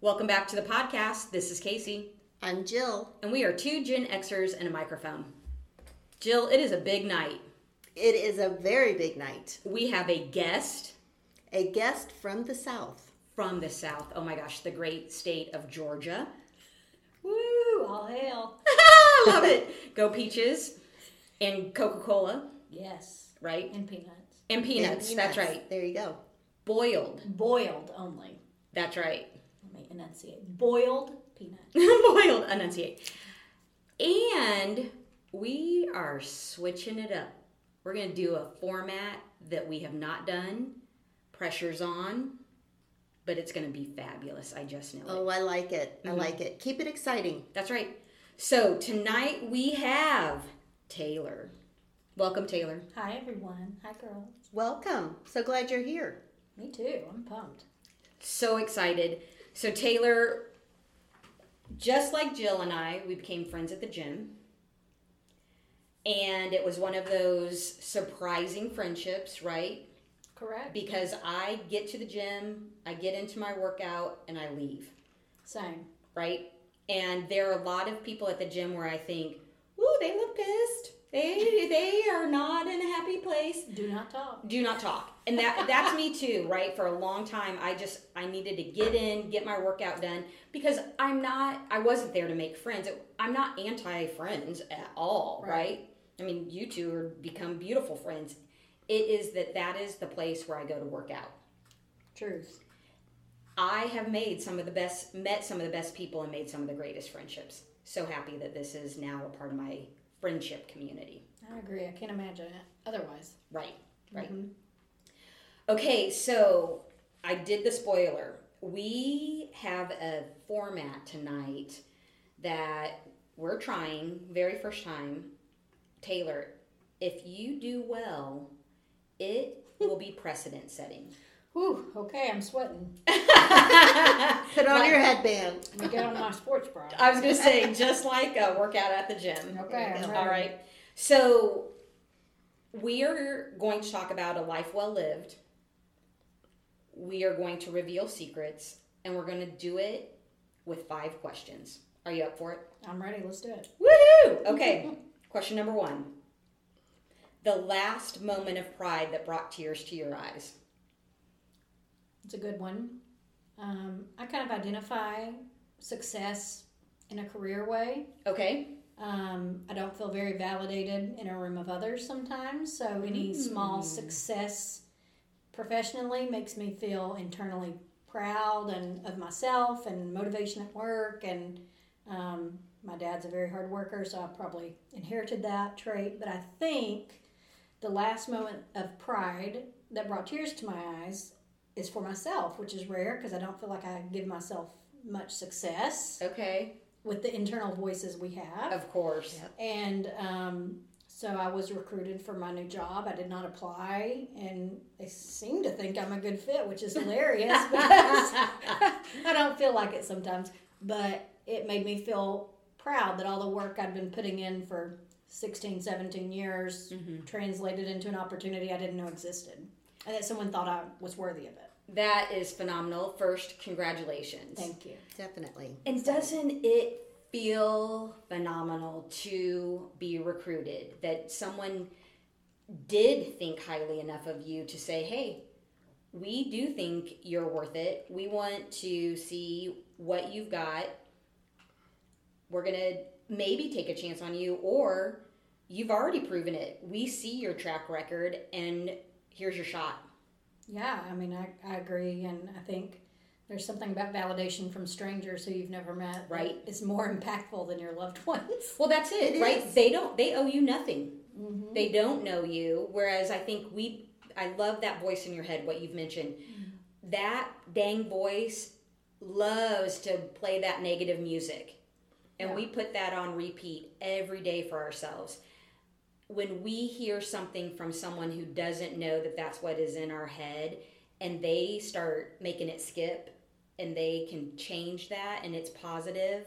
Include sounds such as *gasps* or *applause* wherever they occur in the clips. Welcome back to the podcast. This is Casey, I'm Jill. and we are two Gen Xers and a microphone. Jill, it is a big night. It is a very big night. We have a guest A guest from the South. from the South. Oh my gosh, the great state of Georgia. *laughs* Woo! All hail. Love it. Go Peaches and Coca Cola, Yes. right? And peanuts. And peanuts. And That's right. There you go. Boiled. Boiled only. That's right. Let me enunciate. Boiled *laughs* peanuts. Boiled. Enunciate. And we are switching it up. We're going to do a format that we have not done. Pressure's on, but it's going to be fabulous. I just know it. Oh, I like it. I like it. Keep it exciting. That's right. So tonight we have Taylor. Welcome, Taylor. Hi, everyone. Hi, girls. Welcome. So glad you're here. Me too. I'm pumped. So excited. So, Taylor, just like Jill and I, we became friends at the gym. And it was one of those surprising friendships, right? Correct. Because I get to the gym, I get into my workout, and I leave, Same. right? And there are a lot of people at the gym where I think, ooh, they look pissed. They, they are not in a happy place. Do not talk. do not talk and that that's me too right for a long time i just i needed to get in get my workout done because i'm not i wasn't there to make friends It- i'm not anti friends at all right. Right. i mean you two are become beautiful friends it is that that is the place where i go to work out Truth. i have made some of the best met some of the best people and made some of the greatest friendships so happy that this is now a part of my friendship community I agree. I can't imagine it otherwise. Right, right. Okay, so I did the spoiler. We have a format tonight that we're trying, very first time. Taylor, if you do well, it will be precedent setting. Whew. Okay, I'm sweating. I Put on Like- your headband. Let me get on my sports *laughs* bra. was going to say, just like a workout at the *laughs* gym. Okay. I'm ready. All right. So we are going to talk about a life well lived. We are going to reveal secrets, and we're going to do it with five questions. Are you up for it? I'm ready. Let's do it. Woohoo! Okay. Question number one. The last moment of pride that brought tears to your eyes. It's a good one. Um, I kind of identify success in a career way. Okay. Um, I don't feel very validated in a room of others sometimes. So any small success professionally makes me feel internally proud and of myself and motivation at work. And um, my dad's a very hard worker, so I probably inherited that trait. But I think the last moment of pride that brought tears to my eyes is for myself, which is rare because I don't feel like I give myself much success Okay. with the internal voices we have. Of course. Yeah. And um, so I was recruited for my new job. I did not apply, and they seem to think I'm a good fit, which is *laughs* hilarious because I don't feel like it sometimes. But it made me feel proud that all the work I'd been putting in for 16, 17 years translated into an opportunity I didn't know existed, and that someone thought I was worthy of it. That is phenomenal. First, congratulations. Thank you. Definitely. And doesn't it feel phenomenal to be recruited? That someone did think highly enough of you to say, hey, we do think you're worth it. We want to see what you've got. We're going to maybe take a chance on you, or you've already proven it. We see your track record, and here's your shot. Yeah, I mean, I, I agree. And I think there's something about validation from strangers who you've never met. that Right. Is more *laughs* impactful than your loved ones. Well, that's it, It right? is. They don't. They owe you nothing. Mm-hmm. they don't know you whereas i think we i love that voice in your head what you've mentioned that dang voice loves to play that negative music and Yeah. we put that on repeat every day for ourselves when we hear something from someone who doesn't know that that's what is in our head and they start making it skip and they can change that and it's positive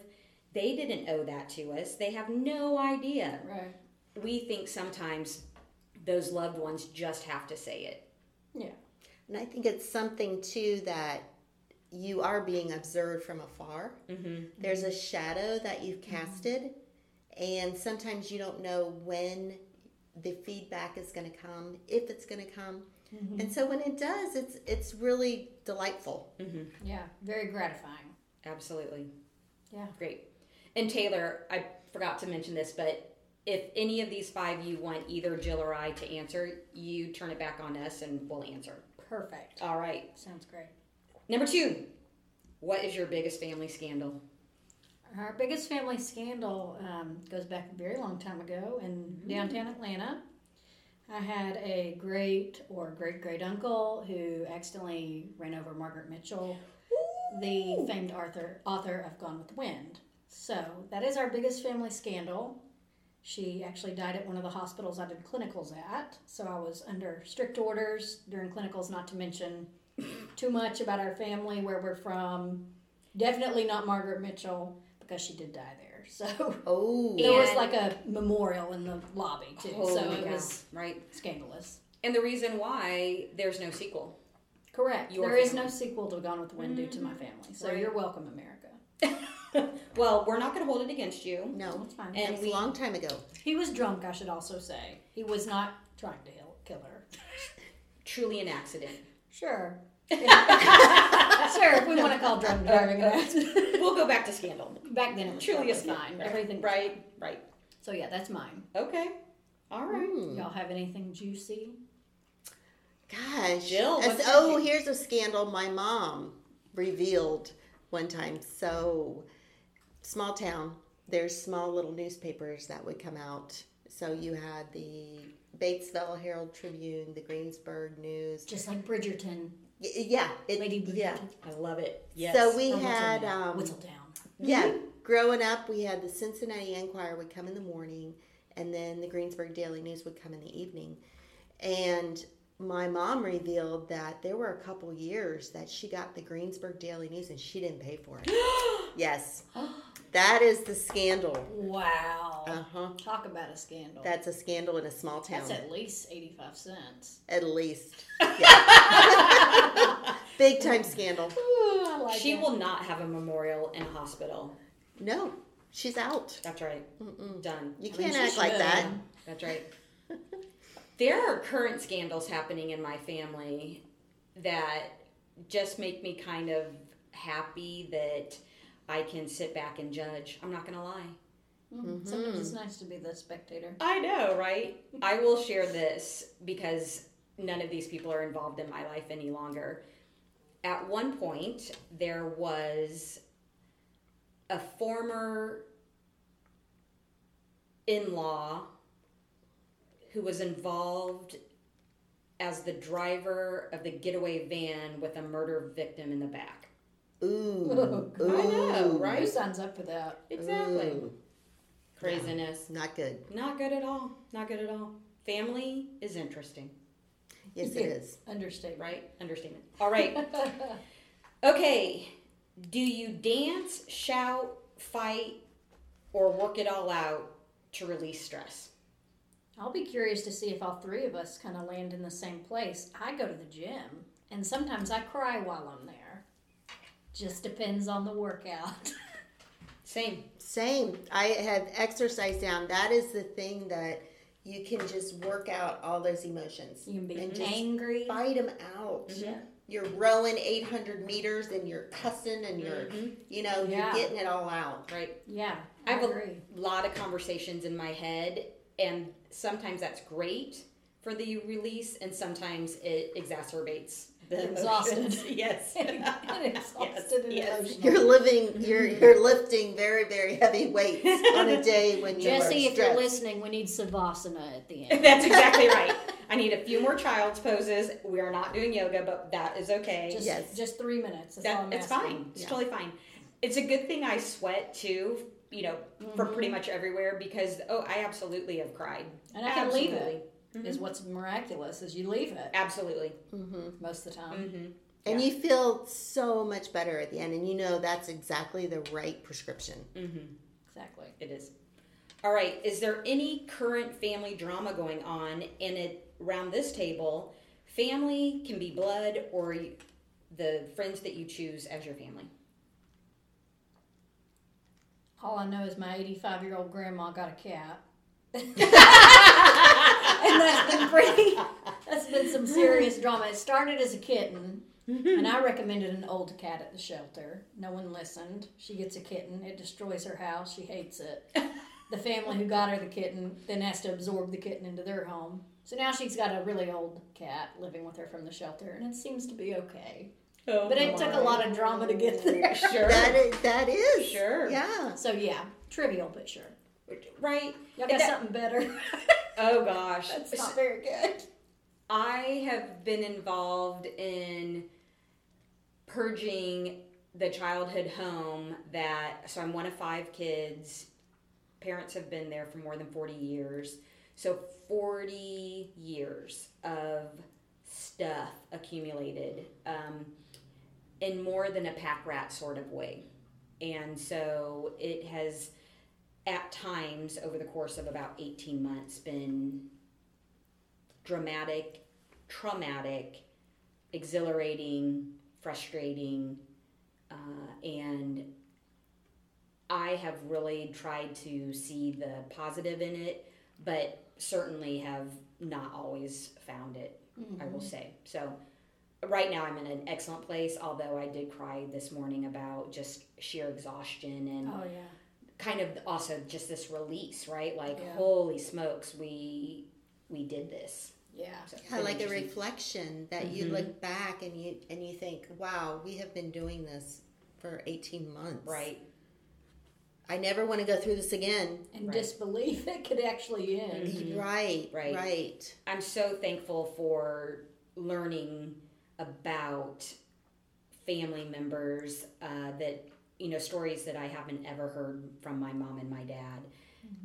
they didn't owe that to us they have no idea Right. we think sometimes those loved ones just have to say it. Yeah. And I think it's something too that you are being observed from afar. Mm-hmm. There's a shadow that you've casted, and sometimes you don't know when the feedback is going to come, if it's going to come. And so when it does, it's it's really delightful. Yeah, very gratifying. Absolutely. Yeah. Great. And Taylor, I forgot to mention this, but if any of these five you want either Jill or I to answer, you turn it back on us and we'll answer. Perfect. All right. Sounds great. Number two, what is your biggest family scandal? Our biggest family scandal um, goes back a very long time ago in downtown Atlanta. I had a great or great great uncle who accidentally ran over Margaret Mitchell, the famed author author of Gone with the Wind. So that is our biggest family scandal. She actually died at one of the hospitals I did clinicals at, so I was under strict orders during clinicals not to mention too much about our family, where we're from. Definitely not Margaret Mitchell because she did die there. *laughs* So Oh, there was And- like a memorial in the lobby too, so Holy it cow, was right. scandalous. And the reason why there's no sequel. Correct. Your there is family. Mm-hmm. no sequel to Gone with the Wind due to my family, so Right. you're welcome, America. Well, we're not going to hold it against you. no, That's fine. it And was we- a long time ago. he was drunk, I should also say. He was not trying to heal, kill her. Truly an accident. *laughs* Sure. sure, if we want to call drunk *laughs* driving an accident. We'll go back to scandal. Back then it was Truly totally a scandal. fine. Everything was Right, right. So yeah, that's mine. Okay. All right. Y'all have anything juicy? Gosh. Jill, As- what's your oh, take? here's a scandal my mom revealed one time. So, small town, there's small little newspapers that would come out. So, you had the Batesville Herald Tribune, the Greensburg News. Just like Bridgerton, Y- yeah. It, Lady Bridgerton, yeah. I love it. Yes. So, we or had. Whistledown. Um, Whistledown. yeah. Growing up, we had the Cincinnati Enquirer would come in the morning, and then the Greensburg Daily News would come in the evening. And my mom revealed that there were a couple years that she got the Greensburg Daily News and she didn't pay for it. *gasps* yes. That is the scandal. Wow. Uh huh. Talk about a scandal. That's a scandal in a small town. That's at least 85 cents. At *laughs* least. Yeah. *laughs* Big time scandal. Ooh, I like She it. will not have a memorial in a hospital. No, she's out. That's right. Done. You I mean, can't she act like should. *laughs* that. That's right. there are current scandals happening in my family that just make me kind of happy that I can sit back and judge. I'm not going to lie. Mm-hmm. Mhm. Sometimes it's nice to be the spectator. I know, right? I will share this because none of these people are involved in my life any longer. At one point, there was a former in law who was involved as the driver of the getaway van with a murder victim in the back. Ooh. I know, Mm-hmm. Ooh. right? Who signs up for that? Ooh. Craziness. Not good. Not good at all. Not good at all. Family is interesting. Yes, it is. Understatement. right? Understatement. All *laughs* right. okay. Do you dance, shout, fight, or work it all out to release stress? I'll be curious to see if all three of us kind of land in the same place. I go to the gym, and sometimes I cry while I'm there. Just depends on the workout. *laughs* Same. Same. I have exercise down. That is the thing that you can just work out all those emotions. You can be and just angry. fight them out. Yeah. You're rowing 800 meters and you're cussing and you're, you know, Mm-hmm. Yeah. you're getting it all out. Right. Yeah, I I have *laughs* agree. a lot of conversations in my head, and sometimes that's great for the release, and sometimes it exacerbates the Exhausted. emotions. *laughs* Yes. And exhausted and yes. emotional. You're Mm-hmm. living, you're you're lifting very very heavy weights on a day *laughs* when you're Jesse, if you're stressed. listening, we need Savasana at *laughs* the end. That's exactly right. I need a few more child's poses. We are not doing yoga, but that is okay. Just, Yes. just three minutes. That's all that I'm it's asking. fine. It's Yeah. totally fine. It's a good thing I sweat too, you know, from pretty much everywhere because oh, I absolutely have cried. Mm-hmm. And I can leave absolutely. it. Is what's miraculous is you leave it Absolutely. most of the Mm-hmm. time. and you feel so much better at the end, and you know that's exactly the right prescription. Exactly. It is. All right, is there any current family drama going on in it around this table? Family can be blood or the friends that you choose as your family. All I know is my 85 year old grandma got a cat. and that's been pretty, that's been some serious drama. It started as a kitten, and I recommended an old cat at the shelter. No one listened. She gets a kitten, it destroys her house, she hates it. The family who got her the kitten then has to absorb the kitten into their home. So now she's got a really old cat living with her from the shelter, and it seems to be okay. Oh, But it took a lot of drama to get there. *laughs* Sure. That is, that is. Sure. Yeah. So yeah, trivial but sure. right. Y'all got That- something better. *laughs* Oh gosh. That's not very good. I have been involved in purging the childhood home that, so I'm one of five kids. Parents have been there for more than 40 years. So 40 years of stuff accumulated um, in more than a pack rat sort of way. And so it has, at times over the course of about 18 months, been dramatic, traumatic, exhilarating, frustrating, uh, and I have really tried to see the positive in it, but certainly have not always found it. I Mm-hmm. will say so. Right now, I'm in an excellent place, although I did cry this morning about just sheer exhaustion and Oh yeah. kind of also just this release, right? Like, Yeah. holy smokes, we we did this. Yeah. So it's Yeah, been like a interesting. Mm-hmm. reflection that you look back and you and you think, wow, we have been doing this for 18 months. Right. I never want to go through this again. And Right. Mm-hmm. disbelief it could actually end. Right. Right. Right. I'm so thankful for learning about family members uh, that, you know, stories that I haven't ever heard from my mom and my dad.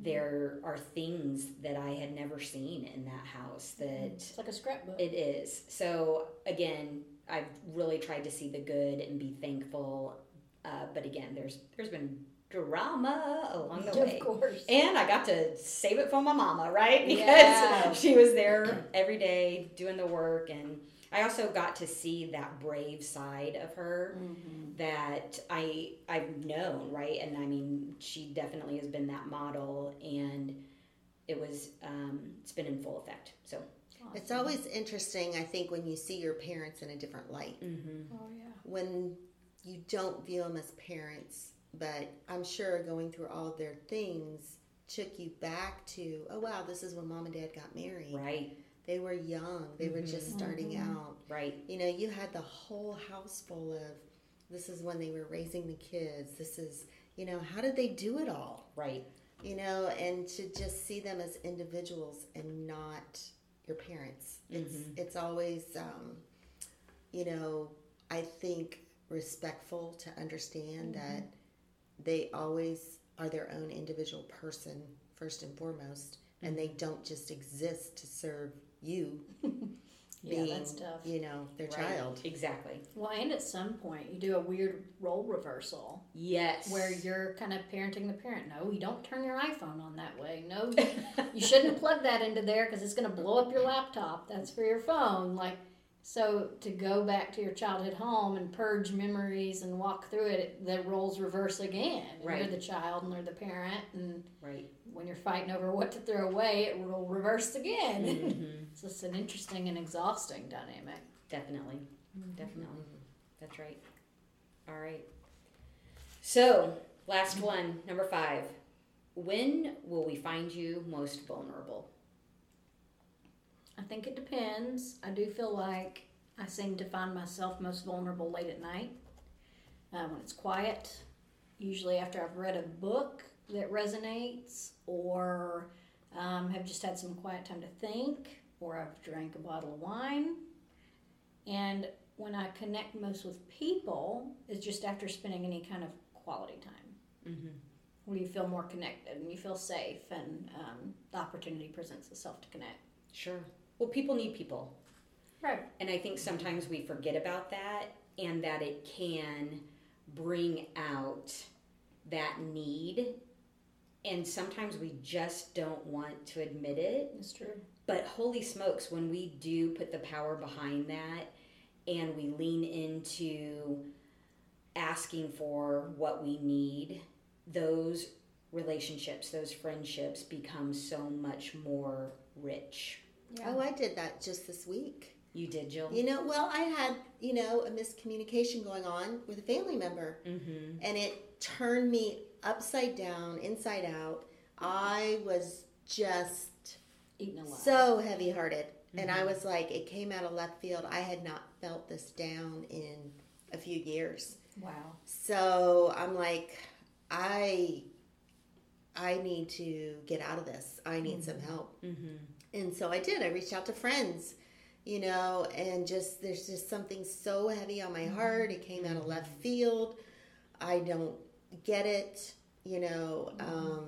There are things that I had never seen in that house that It's like a scrapbook. it is. So again, I've really tried to see the good and be thankful. Uh, but again, there's there's been drama along the way. of course. And I got to save it for my mama, right? *laughs* Because Yeah. she was there every day doing the work. And I also got to see that brave side of her Mm-hmm. that I I've known, right? And I mean, she definitely has been that model, and it was um, it's been in full effect. So It's always interesting, I think, when you see your parents in a different light. Oh yeah. When you don't view them as parents, but I'm sure going through all of their things took you back to, oh, wow, this is when mom and dad got married. right, Mm-hmm. They were young, they were just starting out. right. You know, you had the whole house full of this is when they were raising the kids. This is, you know, how did they do it all? Right. you know, and to just see them as individuals and not your parents. It's Mm-hmm. it's always, um, you know, I think respectful to understand Mm-hmm. that they always are their own individual person first and foremost, and Mm-hmm. they don't just exist to serve you. Yeah, that's tough. You know, their Right. child. Exactly. Well, and at some point you do a weird role reversal Yes. where you're kind of parenting the parent. No, you don't turn your iPhone on that way. No, you shouldn't plug that into there because it's going to blow up your laptop. That's for your phone. Like, so to go back to your childhood home and purge memories and walk through it, the roles reverse again. And Right. You're the child and they're the parent, and right. *laughs* when you're fighting over what to throw away, it will reverse again. Mm-hmm. so it's an interesting and exhausting dynamic. Definitely. Definitely. That's right. All right. So, last one, number five. When will we find you most vulnerable? I think it depends. I do feel like I seem to find myself most vulnerable late at night uh, when it's quiet, usually after I've read a book that resonates or um, have just had some quiet time to think or I've drank a bottle of wine. And when I connect most with people is just after spending any kind of quality time. Where you feel more connected and you feel safe, and um, the opportunity presents itself to connect. Sure. Well, people need people. Right. And I think sometimes we forget about that and that it can bring out that need. And sometimes we just don't want to admit it. It's true. But holy smokes, when we do put the power behind that and we lean into asking for what we need, those relationships, those friendships become so much more rich. Yeah. Oh, I did that just this week. You did, Jill? You know, well, I had, you know, a miscommunication going on with a family member. Mm-hmm. and it turned me upside down, inside out. I was just Eating alive. so heavy hearted. And I was like, it came out of left field. I had not felt this down in a few years. wow. So I'm like, I I need to get out of this. I need some help. Mm-hmm. And so I did. I reached out to friends, you know, and just there's just something so heavy on my heart. It came out of left field. I don't get it, you know. Um,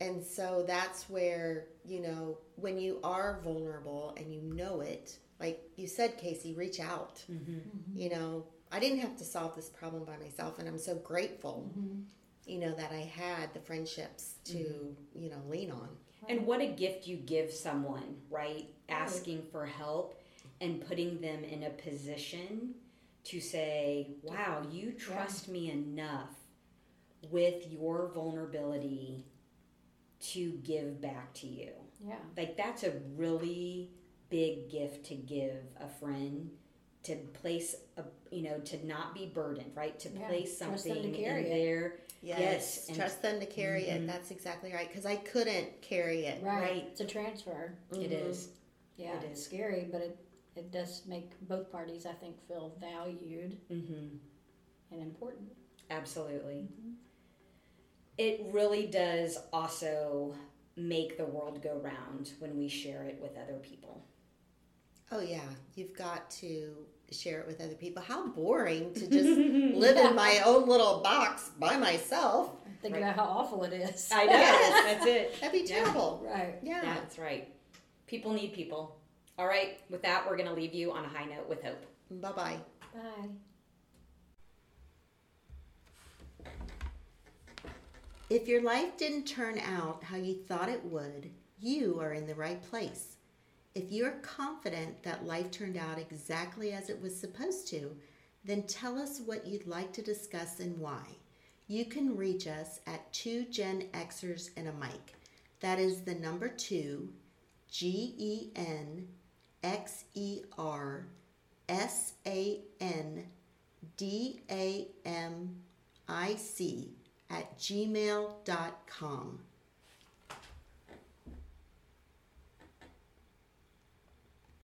and so that's where, you know, when you are vulnerable and you know it, like you said, Casey, reach out. Mm-hmm. You know, I didn't have to solve this problem by myself, and I'm so grateful, Mhm. you know, that I had the friendships to, you know, lean on. And what a gift you give someone, right? Asking for help and putting them in a position to say, wow, you trust me enough with your vulnerability to give back to you. Yeah. Like, that's a really big gift to give a friend to place a you know to not be burdened right to Yeah. place Trust them to something carry in it. there Yes, Yes, and- trust them to carry Mhm. it. That's exactly right because I couldn't carry it. Right. Right. It's a transfer. It Mhm. is Yeah. It It is is. scary, but it, it does make both parties, I think, feel valued mm-hmm. and important. Absolutely. It really does also make the world go round when we share it with other people. Oh yeah, you've got to share it with other people. How boring to *laughs* just live in my own little box by myself. Think Right. about how awful it is. *laughs* I know. Yes. That's it. That'd be Yeah. terrible. *laughs* Right. Yeah. That's right. People need people. All right. With that, we're going to leave you on a high note with hope. Bye bye. Bye. If your life didn't turn out how you thought it would, you are in the right place. If you are confident that life turned out exactly as it was supposed to, then tell us what you'd like to discuss and why. You can reach us at 2 Gen Xers and a mic. That is the number 2 G E N X E R S A N D A M I C at gmail.com.